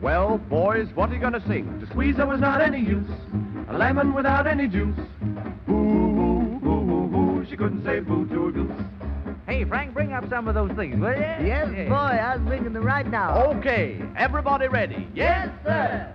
Well, boys, what are you going to sing? The squeezer was not any use, a lemon without any juice. Boo, boo, boo, boo, boo. She couldn't say boo to a goose. Hey, Frank, bring up some of those things, will you? Yes, boy, I was thinking them right now. Okay, everybody ready? Yes? sir.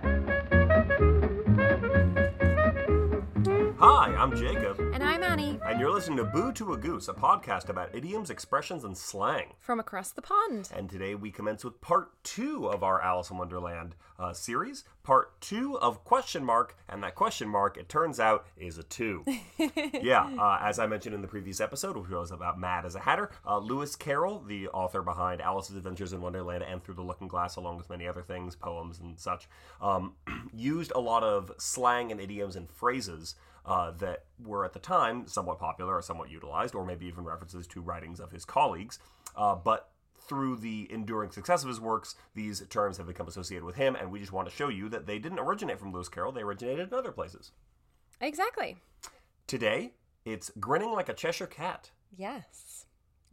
Hi, I'm Jacob, And I'm Annie and you're listening to Boo to a Goose, a podcast about idioms, expressions, and slang. from across the pond. And today we commence with part two of our Alice in Wonderland uh, series, part two of question mark, and that question mark, it turns out, is a two. yeah, uh, as I mentioned in the previous episode, which was about Mad as a Hatter, uh, Lewis Carroll, the author behind Alice's Adventures in Wonderland and Through the Looking Glass, along with many other things, poems and such, um, used a lot of slang and idioms and phrases uh, that were at the time somewhat popular or somewhat utilized, or maybe even references to writings of his colleagues. Uh, but through the enduring success of his works, these terms have become associated with him, and we just want to show you that they didn't originate from Lewis Carroll, they originated in other places. Exactly. Today, it's grinning like a Cheshire cat. Yes.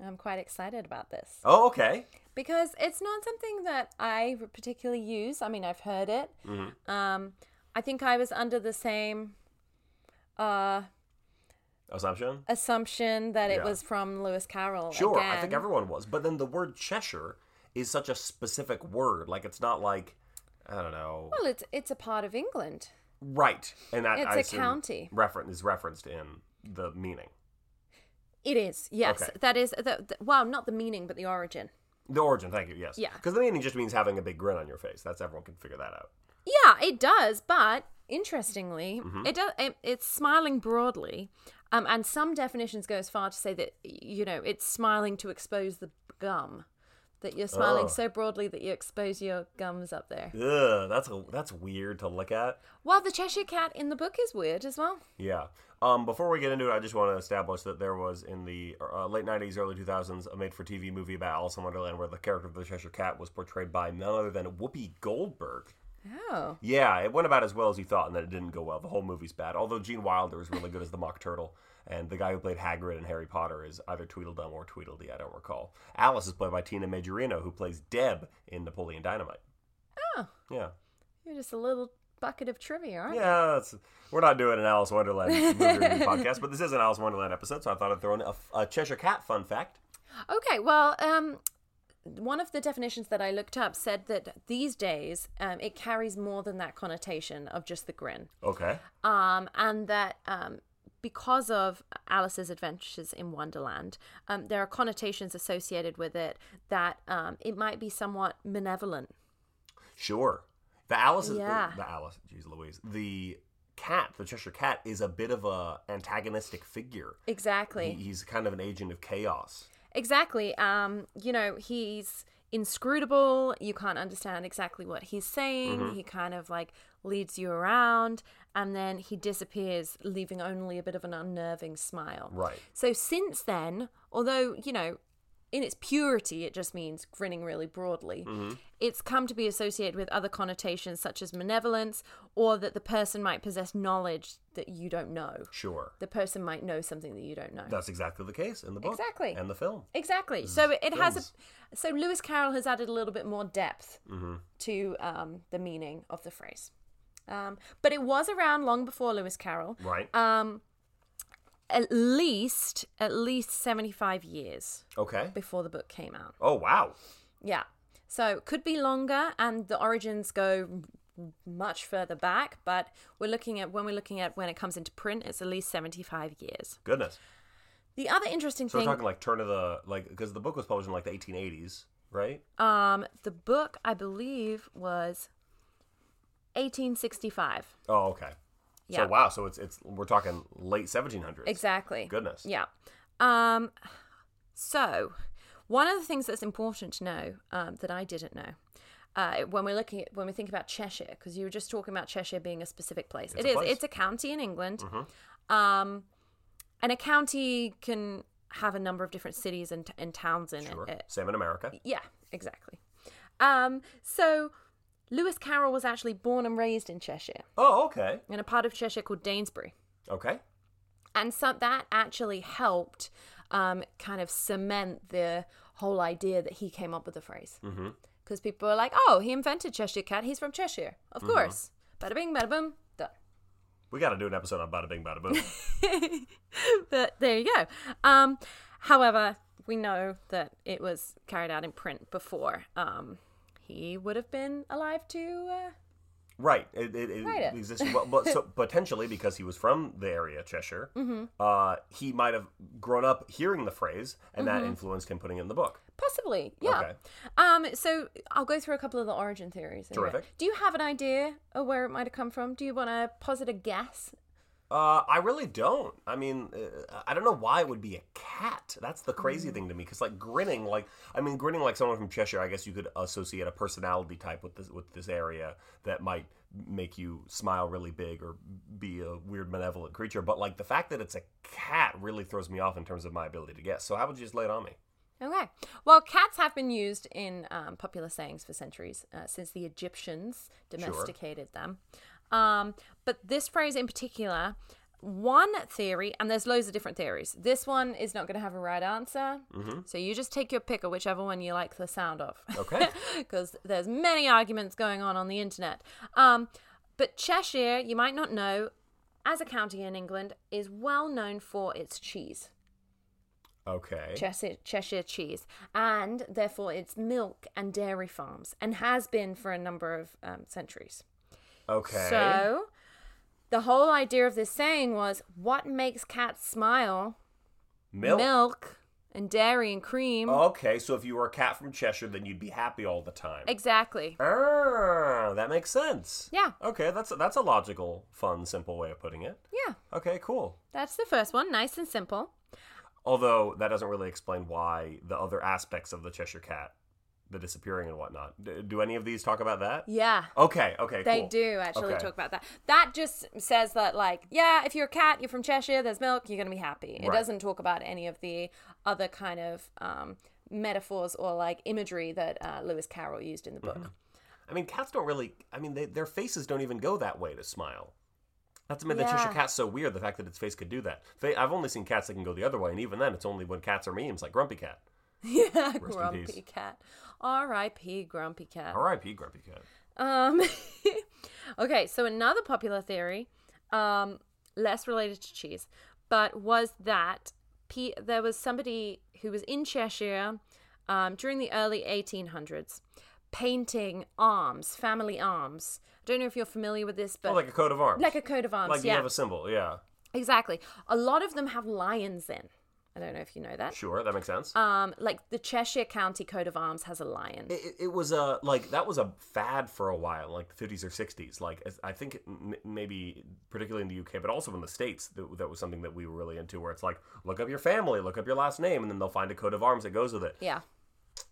I'm quite excited about this Oh, okay. because it's not something that I particularly use. I mean, I've heard it. Mm-hmm. Um, I think I was under the same uh, Assumption? assumption that it Yeah. was from Lewis Carroll. Sure, I again. think everyone was. But then the word Cheshire is such a specific word. Like, it's not like, I don't know. Well, it's it's a part of England. right. And that it's I a assume, county. Reference, is referenced in the meaning. It is. Yes, Okay. that is. The, the, well, not the meaning, but the origin. The origin, thank you, yes. Yeah. Because the meaning just means having a big grin on your face. That's everyone can figure that out. Yeah, it does, but interestingly, it does. It, it's smiling broadly, um, and some definitions go as far to say that you know it's smiling to expose the gum, that you're smiling Oh. so broadly that you expose your gums up there. Ugh, that's a, that's weird to look at. Well, the Cheshire Cat in the book is weird as well. Yeah. Um, before we get into it, I just want to establish that there was in the uh, late '90s, early 2000s, a made-for-TV movie about Alice in Wonderland, where the character of the Cheshire Cat was portrayed by none other than Whoopi Goldberg. Oh, Yeah, it went about as well as you thought, and then it didn't go well. The whole movie's bad. Although Gene Wilder was really good as the Mock Turtle, and the guy who played Hagrid in Harry Potter is either Tweedledum or Tweedledee. I don't recall. Alice is played by Tina Majorino, who plays Deb in Napoleon Dynamite. Oh. Yeah. you're just a little bucket of trivia, aren't you? Yeah, that's, we're not doing an Alice Wonderland movie review podcast, but this is an Alice Wonderland episode, so I thought I'd throw in a, a Cheshire Cat fun fact. Okay, well, um, one of the definitions that I looked up said that these days um, it carries more than that connotation of just the grin. Okay. um, and that um, because of Alice's adventures in Wonderland, um, there are connotations associated with it that um, it might be somewhat malevolent. Sure. The Alice is Yeah. the, the Alice, jeez Louise. The cat, the Cheshire Cat, is a bit of a antagonistic figure. Exactly. He, he's kind of an agent of chaos. Exactly. Um, you know, he's inscrutable. You can't understand exactly what he's saying. He kind of like leads you around and then he disappears, leaving only a bit of an unnerving smile. Right. So since then, although, you know, in its purity, it just means grinning really broadly. It's come to be associated with other connotations such as malevolence or that the person might possess knowledge that you don't know. Sure. The person might know something that you don't know. That's exactly the case in the book. Exactly. And the film. Exactly. So it, it has films. a. So Lewis Carroll has added a little bit more depth to um, the meaning of the phrase, um, but it was around long before Lewis Carroll. Right. Um, at least at least seventy five years okay. before the book came out. Oh wow. Yeah. So it could be longer, and the origins go much further back. But we're looking at when we're looking at when it comes into print, it's at least seventy five years. Goodness. The other interesting So we're thing. talking like turn of the like because the book was published in like the 1880s, right? Um, the book I believe was 1865. Oh, okay. Yeah. So wow, so it's it's we're talking late 1700s. Exactly. Goodness. Yeah. Um, so one of the things that's important to know um, that I didn't know. Uh, when we're looking at when we think about Cheshire, because you were just talking about Cheshire being a specific place, It's it's a place. Mm-hmm. It's a county in England, um, and a county can have a number of different cities and, and towns in Sure. it. Uh, Same in America. Yeah, exactly. Um, so Lewis Carroll was actually born and raised in Cheshire, Oh, okay. in a part of Cheshire called Danesbury, Okay. and so that actually helped Mm-hmm. um, kind of cement the whole idea that he came up with the phrase. because people are like, oh, he invented Cheshire Cat. He's from Cheshire. Of Mm-hmm. course. Bada bing, bada boom. Done. We got to do an episode on Bada Bing Bada Boom. but there you go. Um, however, we know that it was carried out in print before. Um, he would have been alive to. Uh, right. It, it, it Right. existed. Well, but so potentially because he was from the area, Cheshire, Mm-hmm. uh, he might have grown up hearing the phrase, and that Mm-hmm. influenced him putting it in the book. possibly, yeah. Okay. Um, so I'll go through a couple of the origin theories. anyway. Terrific. Do you have an idea of where it might have come from? Do you want to posit a guess? Uh, I really don't. I mean, uh, I don't know why it would be a cat. That's the crazy thing to me. Because like grinning, like I mean, grinning like someone from Cheshire. I guess you could associate a personality type with this with this area that might make you smile really big or be a weird malevolent creature. But like the fact that it's a cat really throws me off in terms of my ability to guess. So how would you just lay it on me? Okay. Well, cats have been used in um, popular sayings for centuries, uh, since the Egyptians domesticated them. Um, but this phrase in particular, one theory, and there's loads of different theories. This one is not going to have a right answer. So you just take your pick of whichever one you like the sound of. Okay. Because there's many arguments going on on the internet. Um, but Cheshire, you might not know, as a county in England, is well known for its cheese. Okay. Cheshire, Cheshire cheese, and therefore its milk and dairy farms, and has been for a number of um, centuries. Okay. So, the whole idea of this saying was what makes cats smile? Milk. Oh. and dairy and cream. Okay. So if you were a cat from Cheshire, then you'd be happy all the time. Exactly. Ah, that makes sense. Yeah. Okay, that's that's a logical, fun, simple way of putting it. Yeah, Okay, cool. that's the first one. Nice and simple. Although that doesn't really explain why the other aspects of the Cheshire Cat, the disappearing and whatnot. D- do any of these talk about that? Yeah. Okay. Okay. They cool. do actually Okay. talk about that. That just says that, like, yeah, if you're a cat, you're from Cheshire, there's milk, you're going to be happy. It Right. doesn't talk about any of the other kind of um, metaphors or like imagery that uh, Lewis Carroll used in the Mm-hmm. book. I mean, cats don't really. I mean, they, their faces don't even go that way to smile. Not to mention the Yeah. Cheshire Cat's so weird. The fact that its face could do that. Fa I've only seen cats that can go the other way, and even then, it's only when cats are memes, like Grumpy Cat. yeah, peace. grumpy cat. R.I.P. Grumpy cat. R.I.P. Grumpy Cat. Um, okay, so another popular theory, um, less related to cheese, but was that P- there was somebody who was in Cheshire um, during the early 1800s painting arms, family arms. I don't know if you're familiar with this, but Oh, like a coat of arms. like a coat of arms. Like you yeah, have a symbol. Yeah. exactly. A lot of them have lions in. I don't know if you know that. Sure, that makes sense. Um, like the Cheshire County coat of arms has a lion. it, it- it was a like that was a fad for a while, like the 50s or 60s. Like as- I think m- maybe particularly in the UK, but also in the states, that, that was something that we were really into. Where it's like, look up your family, look up your last name, and then they'll find a coat of arms that goes with it. yeah.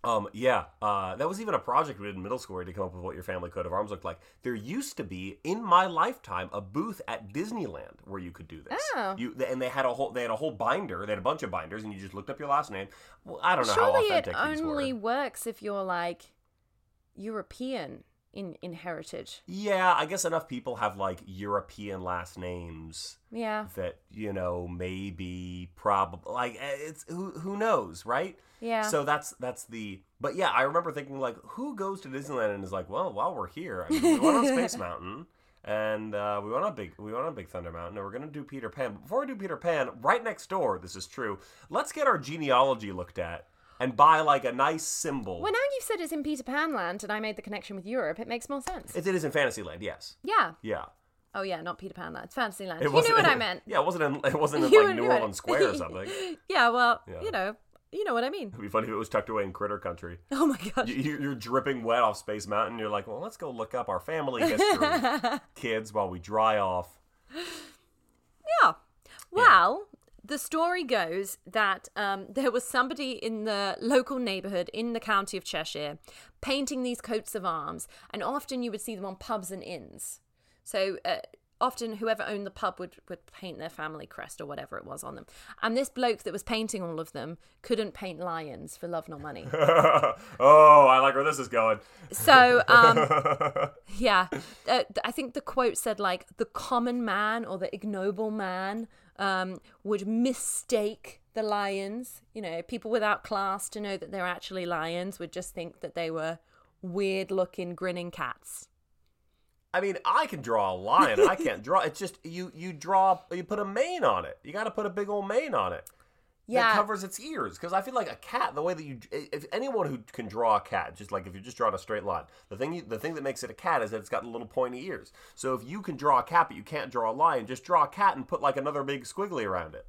Um, yeah, uh, that was even a project we did in middle school where to come up with what your family coat of arms looked like. There used to be, in my lifetime, a booth at Disneyland where you could do this. Oh. You and they had a whole they had a whole binder. They had a bunch of binders, and you just looked up your last name. Well, I don't know how surely it authentic these were. only works if you're like European in in heritage. Yeah, I guess enough people have like European last names Yeah, that you know maybe probably like eh, it's who who knows, right? yeah. So that's that's the but yeah, I remember thinking like who goes to Disneyland and is like, well, while we're here, I mean, we went on Space Mountain and uh, we went on big we went on Big Thunder Mountain and we're gonna do Peter Pan. But Before we do Peter Pan, right next door, this is true. Let's get our genealogy looked at and buy like a nice symbol. well, now you've said it's in Peter Pan land, and I made the connection with Europe. It makes more sense. it, it is in Fantasyland, yes, yeah. yeah. Oh yeah, not Peter Pan land. It's Fantasyland. It You knew wasn't- what I meant. Yeah, it wasn't in it wasn't in You like knew New it. Orleans Square or something. It'd Yeah. Well, Yeah. you know, you know what I mean. be funny if it was tucked away in Critter Country. Oh my gosh. You- you- You're dripping wet off Space Mountain. You're like, well, let's go look up our family history, kids, while we dry off. Yeah. Well, the story goes that um, there was somebody in the local neighbourhood in the county of Cheshire painting these coats of arms, and often you would see them on pubs and inns. So uh, often, whoever owned the pub would, would paint their family crest or whatever it was on them. And this bloke that was painting all of them couldn't paint lions for love nor money. oh, I like where this is going. So, um, yeah, uh, I think the quote said like the common man or the ignoble man um, would mistake the lions. You know, people without class to know that they're actually lions would just think that they were weird looking grinning cats. I mean, I can draw a lion. and I can't draw. It's just you. You draw. You put a mane on it. You got to put a big old mane on it. that Yeah. covers its ears because I feel like a cat. The way that you, if anyone who can draw a cat, just like if you're just drawing a straight line, the thing, you, the thing that makes it a cat is that it's got little pointy ears. So if you can draw a cat but you can't draw a lion, just draw a cat and put like another big squiggly around it.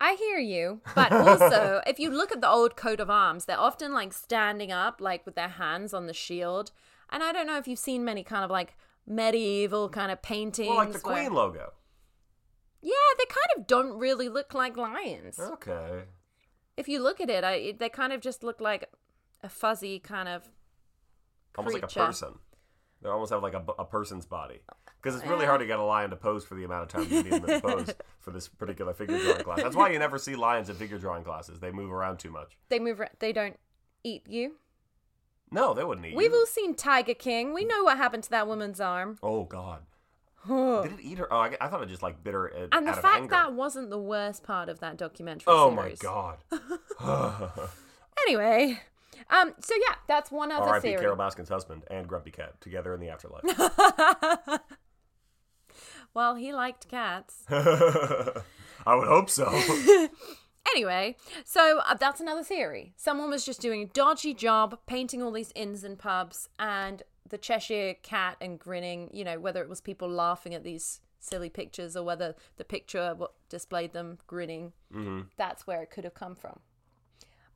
I hear you, but also if you look at the old coat of arms, they're often like standing up, like with their hands on the shield. And I don't know if you've seen many kind of like medieval kind of paintings. Well, like the where- queen logo. Yeah, they kind of don't really look like lions. Okay. If you look at it, I, it- they kind of just look like a fuzzy kind of. almost like a creature. person. They almost have like a, bu- a person's body. Because it's Eh. really hard to get a lion to pose for the amount of time you need them to pose for this particular figure drawing class. That's why you never see lions in figure drawing classes. They move around too much. They move. ar- They don't eat you. No, they wouldn't eat. We've you. all seen Tiger King. We know what happened to that woman's arm. Oh God! Huh. Did it eat her? Oh, I, I thought it just like bit her. uh, And the out of fact anger. that wasn't the worst part of that documentary. Oh my series. God! Anyway, um, so yeah, that's one other R.I.P. theory. Carol Baskin's husband and Grumpy Cat together in the afterlife. well, he liked cats. I would hope so. anyway, so uh, that's another theory. Someone was just doing a dodgy job painting all these inns and pubs and the Cheshire cat and grinning, you know, whether it was people laughing at these silly pictures or whether the picture what displayed them grinning. Mm-hmm. That's where it could have come from.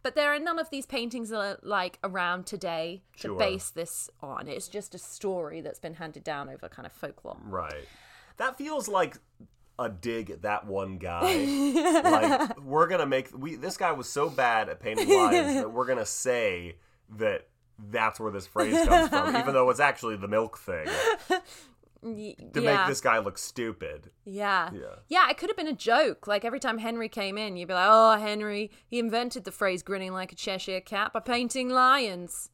But there are none of these paintings that are like around today Sure. to base this on. It's just a story that's been handed down over kind of folklore. Right. That feels like a dig at that one guy. like we're gonna make we this guy was so bad at painting lions that we're gonna say that that's where this phrase comes from, even though it's actually the milk thing Y- to yeah. make this guy look stupid. Yeah. Yeah. it could have been a joke. Like every time Henry came in, you'd be like, oh, Henry, he invented the phrase grinning like a Cheshire cat by painting lions.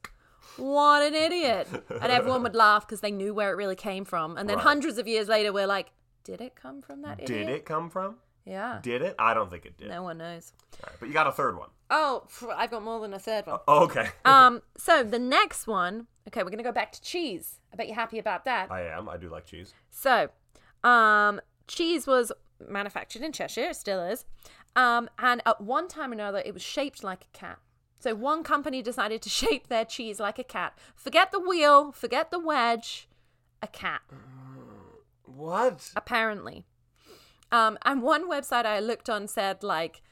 What an idiot. And everyone would laugh because they knew where it really came from. And then Right. hundreds of years later, we're like, did it come from that idiot? Did it come from? Yeah. Did it? I don't think it did. No one knows. All right, but you got a third one. Oh, pff, I've got more than a third one. Oh, okay. Um, so the next one, okay, we're going to go back to cheese. I bet you're happy about that. I am. I do like cheese. So, um, cheese was manufactured in Cheshire, it still is. Um, and at one time or another, it was shaped like a cat. So, one company decided to shape their cheese like a cat. Forget the wheel, forget the wedge, a cat, What? apparently. Um, and one website I looked on said, like,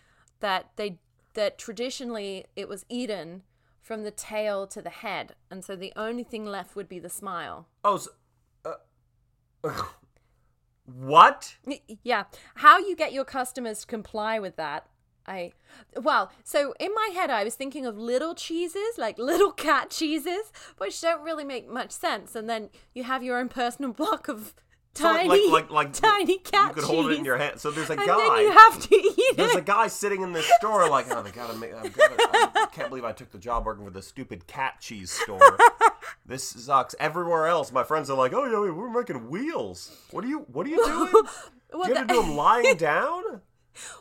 that they that traditionally it was eaten from the tail to the head and so the only thing left would be the smile Oh, so, uh, what? Y- Yeah. How you get your customers to comply with that. I well, so in my head I was thinking of little cheeses, like little cat cheeses, which don't really make much sense. And then you have your own personal block of So, like- tiny like- like- tiny cat you could hold it in cheese. your hand. So there's a and guy. then you have to eat There's a it. guy sitting in this store like, oh, they gotta make. I, gotta, I can't believe I took the job working for the stupid cat cheese store. this sucks. Everywhere else, my friends are like, oh yeah, we're making wheels. What are you? What are you doing? Well, do you have to that- do them lying down?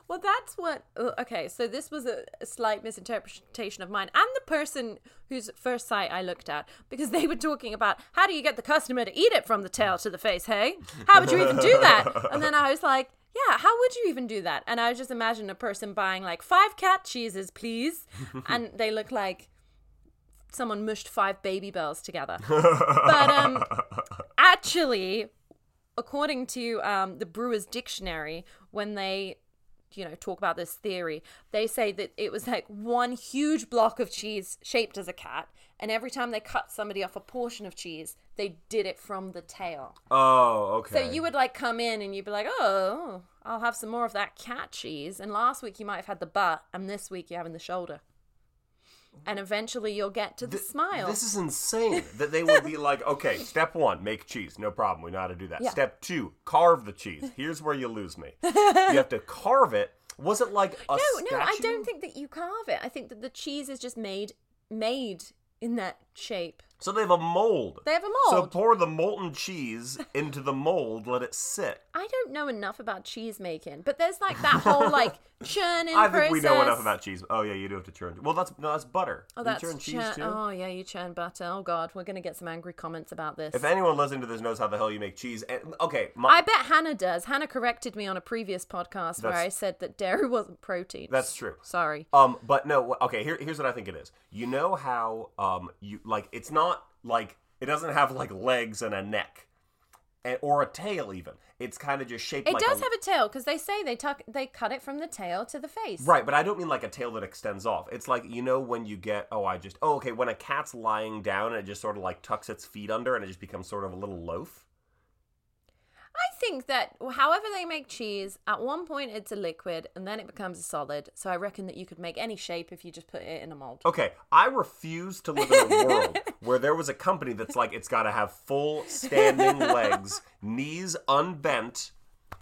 Well, that's what. oh, Okay, so this was a, a slight misinterpretation of mine and the person whose first site I looked at because they were talking about how do you get the customer to eat it from the tail to the face, hey? How would you even do that? And then I was like, yeah, how would you even do that? And I was just imagining a person buying like five cat cheeses, please. And they look like someone mushed five baby bells together. But um, actually, according to um, the Brewer's Dictionary, when they you know talk about this theory, they say that it was like one huge block of cheese shaped as a cat, and every time they cut somebody off a portion of cheese, they did it from the tail. Oh, okay. So you would like come in and you'd be like, "Oh, I'll have some more of that cat cheese." And last week you might have had the butt, and this week you're having the shoulder. And eventually you'll get to the Th- smile. This is insane that they would be like, okay, step one, make cheese. No problem. We know how to do that. Yeah. Step two, carve the cheese. Here's where you lose me. you have to carve it. Was it like a no, no, I statue? don't think that you carve it. I think that the cheese is just made made in that shape. So they have a mold. They have a So mold. pour the molten cheese into the mold, let it sit. I don't know enough about cheese making, but there's like that whole like churning I think process. we know enough about cheese. Oh yeah, you do have to churn. Well, that's no, that's butter. Oh, You that's churn cheese churn- too. Oh yeah, you churn butter. Oh god, we're gonna get some angry comments about this. If anyone listening to this knows how the hell you make cheese, and, okay, my, I bet Hannah does. Hannah corrected me on a previous podcast where That's- I said that dairy wasn't protein. that's true. Sorry. Um, but no, wh- okay. Here, here's what I think it is. You know how um you like it's not like it doesn't have like legs and a neck, and, or a tail even. It's kind of just shaped. It like does a, have a tail because they say they tuck they cut it from the tail to the face. Right, but I don't mean like a tail that extends off. It's like you know when you get oh I just oh okay when a cat's lying down and it just sort of like tucks its feet under and it just becomes sort of a little loaf. I think that however they make cheese, at one point it's a liquid and then it becomes a solid. So I reckon that you could make any shape if you just put it in a mold. Okay, I refuse to live in a world where there was a company that's like it's got to have full standing legs, knees unbent,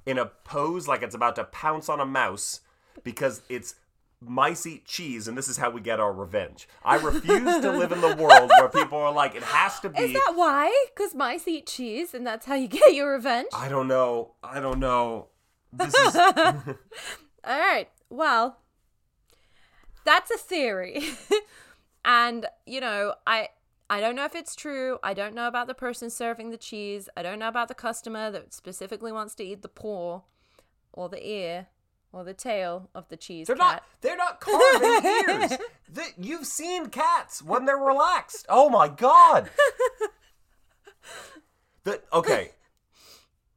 in a pose like it's about to pounce on a mouse because it's mice eat cheese and this is how we get our revenge. I refuse to live in the world where people are like it has to be. Is that why? Because mice eat cheese and that's how you get your revenge. I don't know. I don't know. This is All right. Well, that's a theory. and, you know, I I don't know if it's true. I don't know about the person serving the cheese. I don't know about the customer that specifically wants to eat the paw or the ear or the tail of the cheese They're not. cat. They're not carving ears. Th- you've seen cats when they're relaxed. Oh my god. The, okay.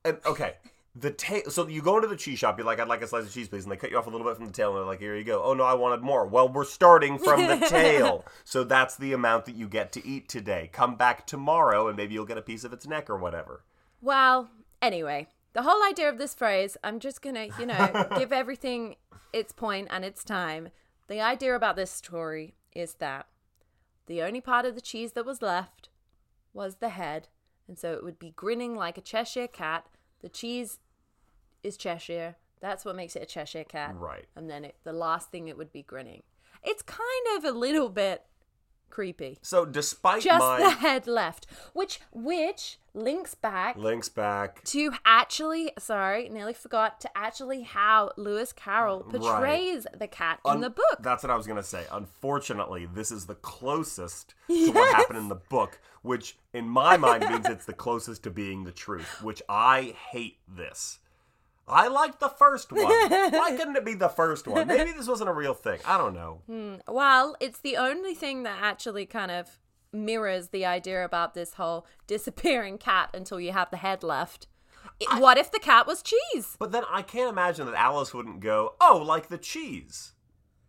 And, okay. The tail. So you go into the cheese shop. You're like, I'd like a slice of cheese, please. And they cut you off a little bit from the tail. And they're like, Here you go. Oh no, I wanted more. Well, we're starting from the tail. So that's the amount that you get to eat today. Come back tomorrow, and maybe you'll get a piece of its neck or whatever. Well, anyway, the whole idea of this phrase, I'm just going to, you know, give everything its point and its time. The idea about this story is that the only part of the cheese that was left was the head, and so it would be grinning like a Cheshire cat. The cheese is Cheshire. That's what makes it a Cheshire cat. Right. And then it, the last thing it would be grinning. It's kind of a little bit creepy. So despite Just my the head left, which which links back links back. to actually sorry nearly forgot to actually how lewis carroll portrays the cat in Un- the book That's what I was going to say. Unfortunately, this is the closest to what happened in the book, which in my mind means it's the closest to being the truth, which I hate this. I liked the first one. Why couldn't it be the first one? Maybe this wasn't a real thing. I don't know. Hmm. well it's the only thing that actually kind of mirrors the idea about this whole disappearing cat until you have the head left It- what if the cat was cheese But then I can't imagine that Alice wouldn't go, oh, like the cheese.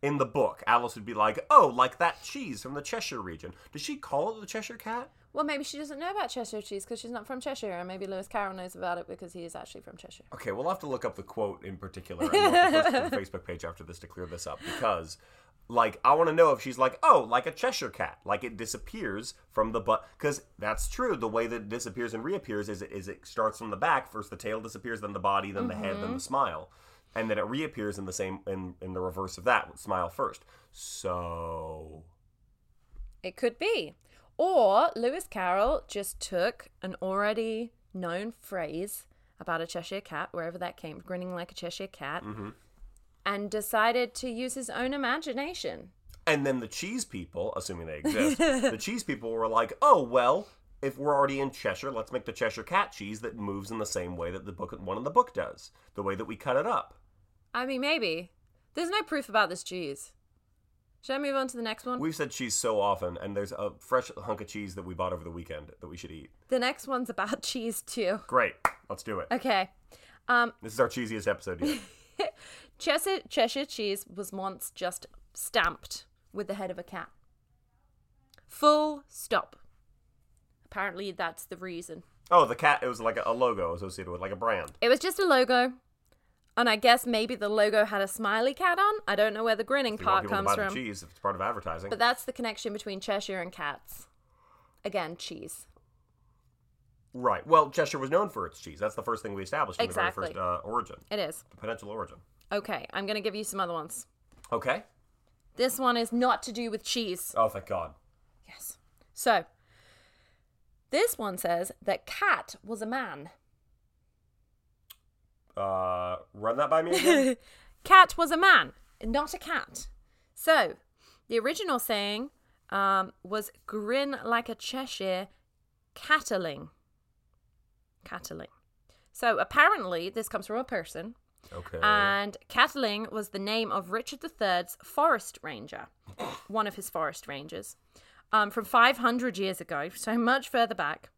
In the book, Alice would be like, oh, like that cheese from the Cheshire region. Does she call it the Cheshire cat? well maybe she doesn't know about cheshire cheese because she's not from cheshire and maybe lewis carroll knows about it because he is actually from cheshire Okay, we'll have to look up the quote in particular and we'll have to go to the Facebook page after this to clear this up because, like, I want to know if she's like, oh, like a Cheshire cat, like it disappears from the butt. Because that's true. The way that it disappears and reappears is, is it starts from the back. First the tail disappears, then the body, then the head, then the smile. And then it reappears in the same, in, in the reverse of that, with smile first. So. It could be. Or Lewis Carroll just took an already known phrase about a Cheshire cat, wherever that came, grinning like a Cheshire cat, Mm. mm-hmm. and decided to use his own imagination. And then the cheese people, assuming they exist, the cheese people were like, oh, well, if we're already in Cheshire, let's make the Cheshire cat cheese that moves in the same way that the book one in the book does, the way that we cut it up. I mean, maybe. There's no proof about this cheese. Should I move on to the next one? We've said cheese so often, and there's a fresh hunk of cheese that we bought over the weekend that we should eat. the next one's about cheese, too. Great. Let's do it. Okay. Um, This is our cheesiest episode yet. Cheshire, Cheshire cheese was once just stamped with the head of a cat. Full stop. Apparently, that's the reason. Oh, the cat, it was like a, a logo associated with like a brand. It was just a logo. And I guess maybe the logo had a smiley cat on. I don't know where the grinning If you want part people to comes buy the from. cheese, if it's part of advertising. But that's the connection between Cheshire and cats. Again, cheese. right. Well, Cheshire was known for its cheese. That's the first thing we established in Exactly. the very first uh, origin, It is. the potential origin. Okay, I'm going to give you some other ones. Okay. This one is not to do with cheese. Oh, thank God. Yes. So, This one says that Cat was a man. Uh, run that by me again. Cat was a man, not a cat. So, the original saying um, was grin like a Cheshire cattling. Cattling. So, apparently, this comes from a person, Okay. and cattling was the name of Richard III's forest ranger, one of his forest rangers, um, from 500 years ago, so much further back.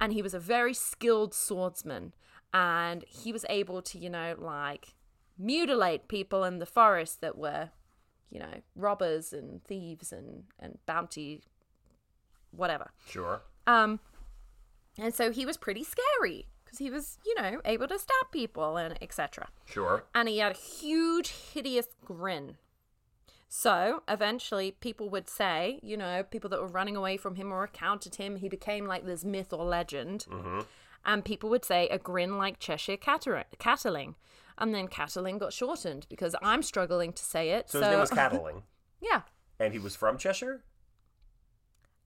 And he was a very skilled swordsman, and he was able to, you know, like mutilate people in the forest that were, you know, robbers and thieves and and bounty, whatever. sure. Um, and so he was pretty scary because he was, you know, able to stab people and etc Sure. and he had a huge, hideous grin. So eventually, people would say, you know, people that were running away from him or encountered him, he became like this myth or legend. Mm-hmm. And people would say a grin like Cheshire Catter- Cattling. And then Cattling got shortened because I'm struggling to say it. So So, his name was Cattling, yeah. and he was from Cheshire,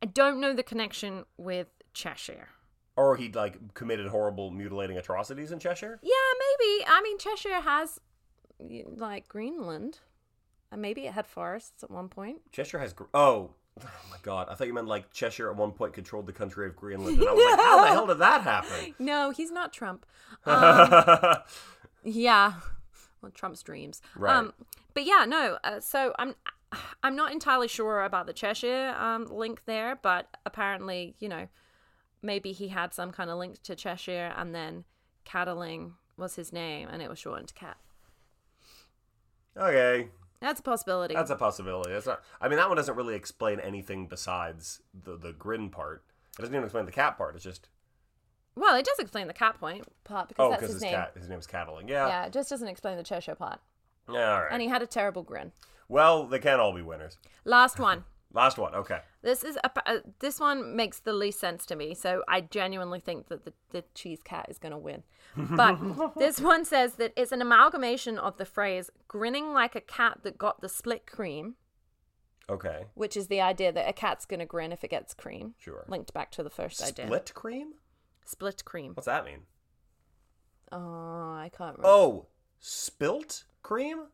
I don't know the connection with Cheshire. or he like committed horrible mutilating atrocities in Cheshire. Yeah, maybe. I mean, Cheshire has y- like Greenland. And maybe it had forests at one point. Cheshire has. Gr- oh, oh my god! I thought you meant like Cheshire at one point controlled the country of Greenland, and I was like, how the hell did that happen? No, he's not Trump. Um, Yeah. Well, Trump's dreams. Right. but yeah, no. Uh, so I'm I'm not entirely sure about the Cheshire um, link there, but apparently, you know, maybe he had some kind of link to Cheshire, and then Cattling was his name, and it was shortened to Cat. okay, That's a possibility. that's a possibility. That's not. I mean, that one doesn't really explain anything besides the the grin part. It doesn't even explain the cat part. It's just well, it does explain the cat point part because oh, that's because his his, name. cat, his name's Cattling. Yeah. Yeah, it just doesn't explain the Cheshire part. Yeah, All right. And he had a terrible grin. well, they can't all be winners. Last one. Last one. Okay. This is a, uh, this one makes the least sense to me, so I genuinely think that the, the cheese cat is going to win. But this one says that it's an amalgamation of the phrase "grinning like a cat that got the split cream," Okay. which is the idea that a cat's going to grin if it gets cream. Sure. Linked back to the first idea. Split cream? Split cream. What's that mean? Oh, I can't remember. Oh, Oh, spilt cream?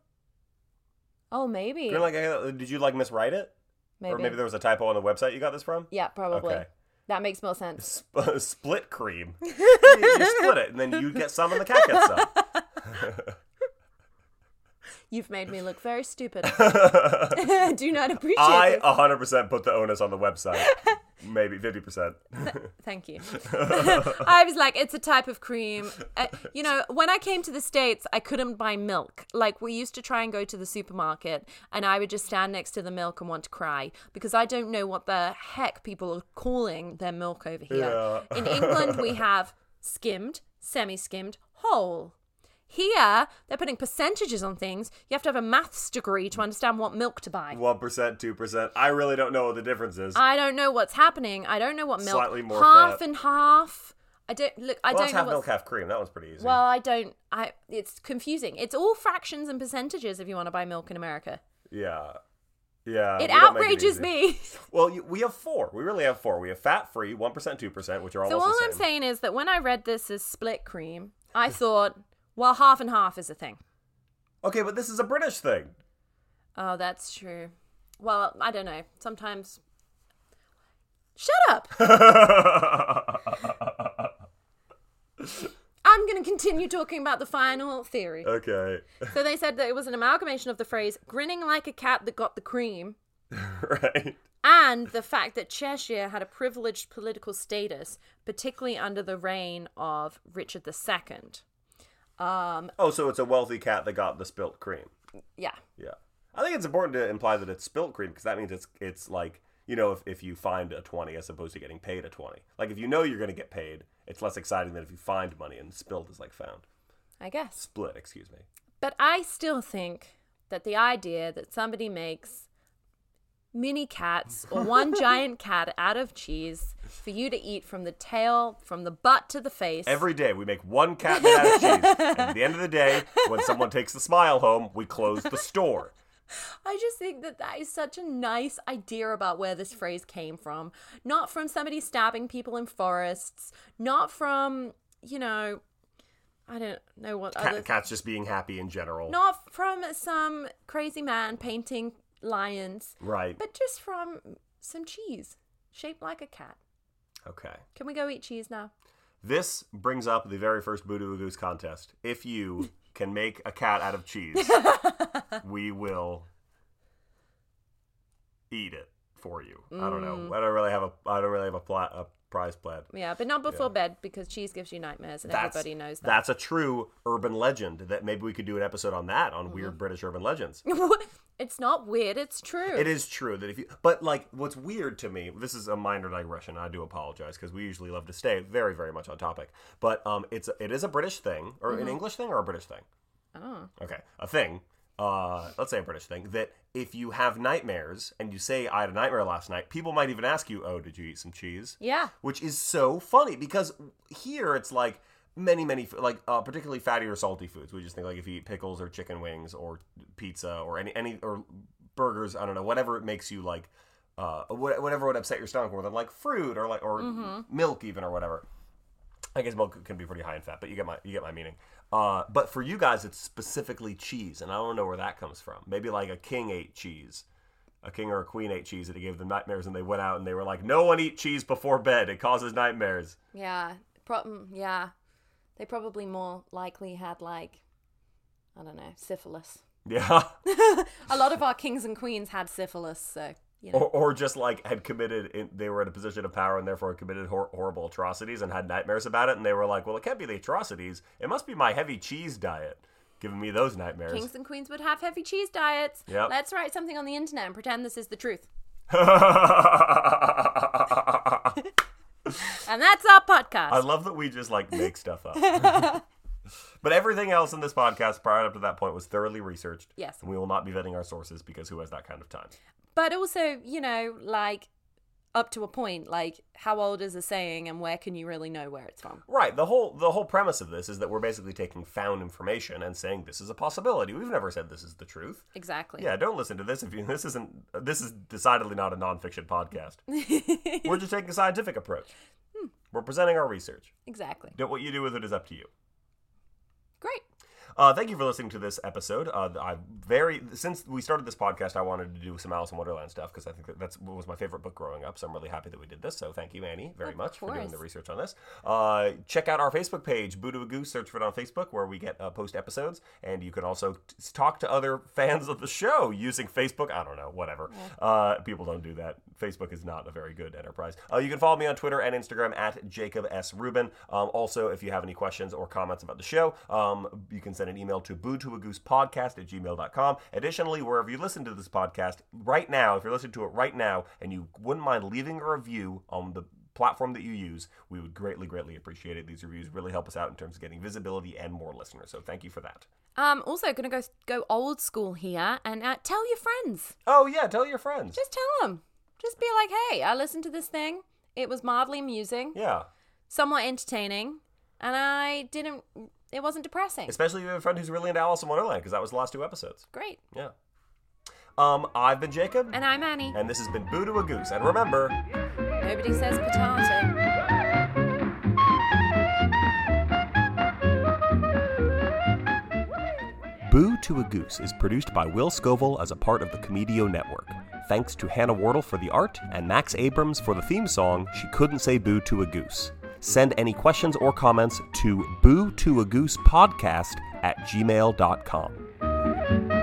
Oh, maybe. You're like, uh, did you like miswrite it? maybe. Or maybe there was a typo on the website you got this from? yeah, probably. Okay. That makes more sense. Sp- uh, split cream. you you split it, and then you get some, and the cat gets some. You've made me look very stupid. Do not appreciate I this. 100% put the onus on the website. Maybe 50%. Thank you. I was like, it's a type of cream. Uh, you know, when I came to the States, I couldn't buy milk. Like, we used to try and go to the supermarket, and I would just stand next to the milk and want to cry because I don't know what the heck people are calling their milk over here. Yeah. In England, we have skimmed, semi skimmed, whole. Here, they're putting percentages on things. You have to have a maths degree to understand what milk to buy. 1%, 2%. I really don't know what the difference is. I don't know what's happening. I don't know what milk. Slightly more half fat. and half. I don't look. I well, don't it's half know milk, what's. half cream. That one's pretty easy. Well, I don't. I. It's confusing. It's all fractions and percentages if you want to buy milk in America. yeah. Yeah. Uh, we it don't make easy. outrages me. Well, you, we have four. We really have four. We have fat free, 1%, 2%, which are almost so all the same. I'm saying is that when I read this as split cream, I thought, well, half and half is a thing. Okay, but this is a British thing. Oh, that's true. Well, I don't know. Sometimes. Shut up. I'm going to continue talking about the final theory. okay. So they said that it was an amalgamation of the phrase grinning like a cat that got the cream right. and the fact that Cheshire had a privileged political status, particularly under the reign of Richard II. Oh, so it's a wealthy cat that got the spilt cream. Yeah. Yeah. I think it's important to imply that it's spilt cream because that means it's it's like, you know, if, if you find a 20 as opposed to getting paid a 20. Like, if you know you're going to get paid, it's less exciting than if you find money and spilt is like found. I guess. Split, excuse me. But I still think that the idea that somebody makes mini cats or one giant cat out of cheese for you to eat from the tail, from the butt to the face. Every day we make one cat made out of cheese. and at the end of the day, when someone takes the smile home, we close the store. I just think that that is such a nice idea about where this phrase came from. Not from somebody stabbing people in forests, not from, you know, I don't know what Ca- other. cats just being happy in general. not from some crazy man painting lions, Right. but just from some cheese shaped like a cat. Okay. Can we go eat cheese now? This brings up the very first Voodoo Goose contest. If you can make a cat out of cheese, we will eat it for you. I don't Mm. know. I don't really have a. I don't really have a, pla- a prize plan. Yeah, but not before bed because cheese gives you nightmares, and everybody knows that. That's a true urban legend. That maybe we could do an episode on that Mm-hmm. on weird British urban legends. it's not weird. It's true. It is true that if you, but like, what's weird to me, this is a minor digression. I do apologize because we usually love to stay very, very much on topic. But um, it's it is a British thing, or an English thing, or a British thing. Oh. Okay, a thing. Uh, let's say a British thing that if you have nightmares and you say I had a nightmare last night, people might even ask you, "Oh, did you eat some cheese?" Yeah. which is so funny because here it's like many many like uh, particularly fatty or salty foods we just think like if you eat pickles or chicken wings or pizza or any any or burgers i don't know whatever it makes you like uh, wha- whatever would upset your stomach more than like fruit or like or milk even or whatever I guess milk can be pretty high in fat, but you get my you get my meaning. Uh, but for you guys, it's specifically cheese, and I don't know where that comes from. Maybe like a king ate cheese, a king or a queen ate cheese, and it gave them nightmares, and they went out and they were like, "No one eat cheese before bed; it causes nightmares." Yeah. Problem. Yeah. They probably more likely had like, I don't know, syphilis. Yeah, A lot of our kings and queens had syphilis, so you know. or, or just like had committed, in, they were in a position of power and therefore committed hor- horrible atrocities and had nightmares about it, and they were like, "Well, it can't be the atrocities; it must be my heavy cheese diet giving me those nightmares." Kings and queens would have heavy cheese diets. Yep. Let's write something on the internet and pretend this is the truth. And that's our podcast. I love that we just like make stuff up. but everything else in this podcast prior up to that point was thoroughly researched. Yes. And we will not be vetting our sources because who has that kind of time? but also, you know, like up to a point, like how old is a saying and where can you really know where it's from? Right. The whole the whole premise of this is that we're basically taking found information and saying this is a possibility. We've never said this is the truth. Exactly. Yeah, don't listen to this if you this isn't this is decidedly not a nonfiction podcast. we're just taking a scientific approach. We're presenting our research. Exactly. Don't- What you do with it is up to you. Great. Uh, thank you for listening to this episode. Uh, I very since we started this podcast, I wanted to do some Alice in Wonderland stuff because I think that that's what was my favorite book growing up. So I'm really happy that we did this. So thank you, Annie, very much for doing course. the research on this. Uh, check out our Facebook page, Boo to a Goose. Search for it on Facebook, where we get uh, post episodes, and you can also t- talk to other fans of the show using Facebook. I don't know, whatever. Uh, people don't do that. Facebook is not a very good enterprise. Uh, you can follow me on Twitter and Instagram at Jacob S. Rubin. Um, also, if you have any questions or comments about the show, um, you can send an email to boo to a goose podcast at gmail.com. Additionally, wherever you listen to this podcast right now, if you're listening to it right now and you wouldn't mind leaving a review on the platform that you use, we would greatly, greatly appreciate it. These reviews really help us out in terms of getting visibility and more listeners. So thank you for that. Um, also gonna go go old school here and uh, tell your friends. Oh yeah, tell your friends. Just tell them. Just be like, hey, I listened to this thing. It was mildly amusing, yeah. somewhat entertaining, and I didn't. It wasn't depressing. Especially if you have a friend who's really into Alice in Wonderland, because that was the last two episodes. Great. Yeah. Um, I've been Jacob. And I'm Annie. and this has been Boo to a Goose. And remember, Nobody says potato. Boo to a Goose is produced by Will Scoville as a part of the Comedio Network. Thanks to Hannah Wardle for the art and Max Abrams for the theme song, She Couldn't Say Boo to a Goose. Send any questions or comments to boo to a goose podcast at gmail.com.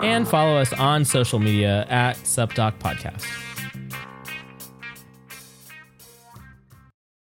And follow us on social media at Subdoc Podcast.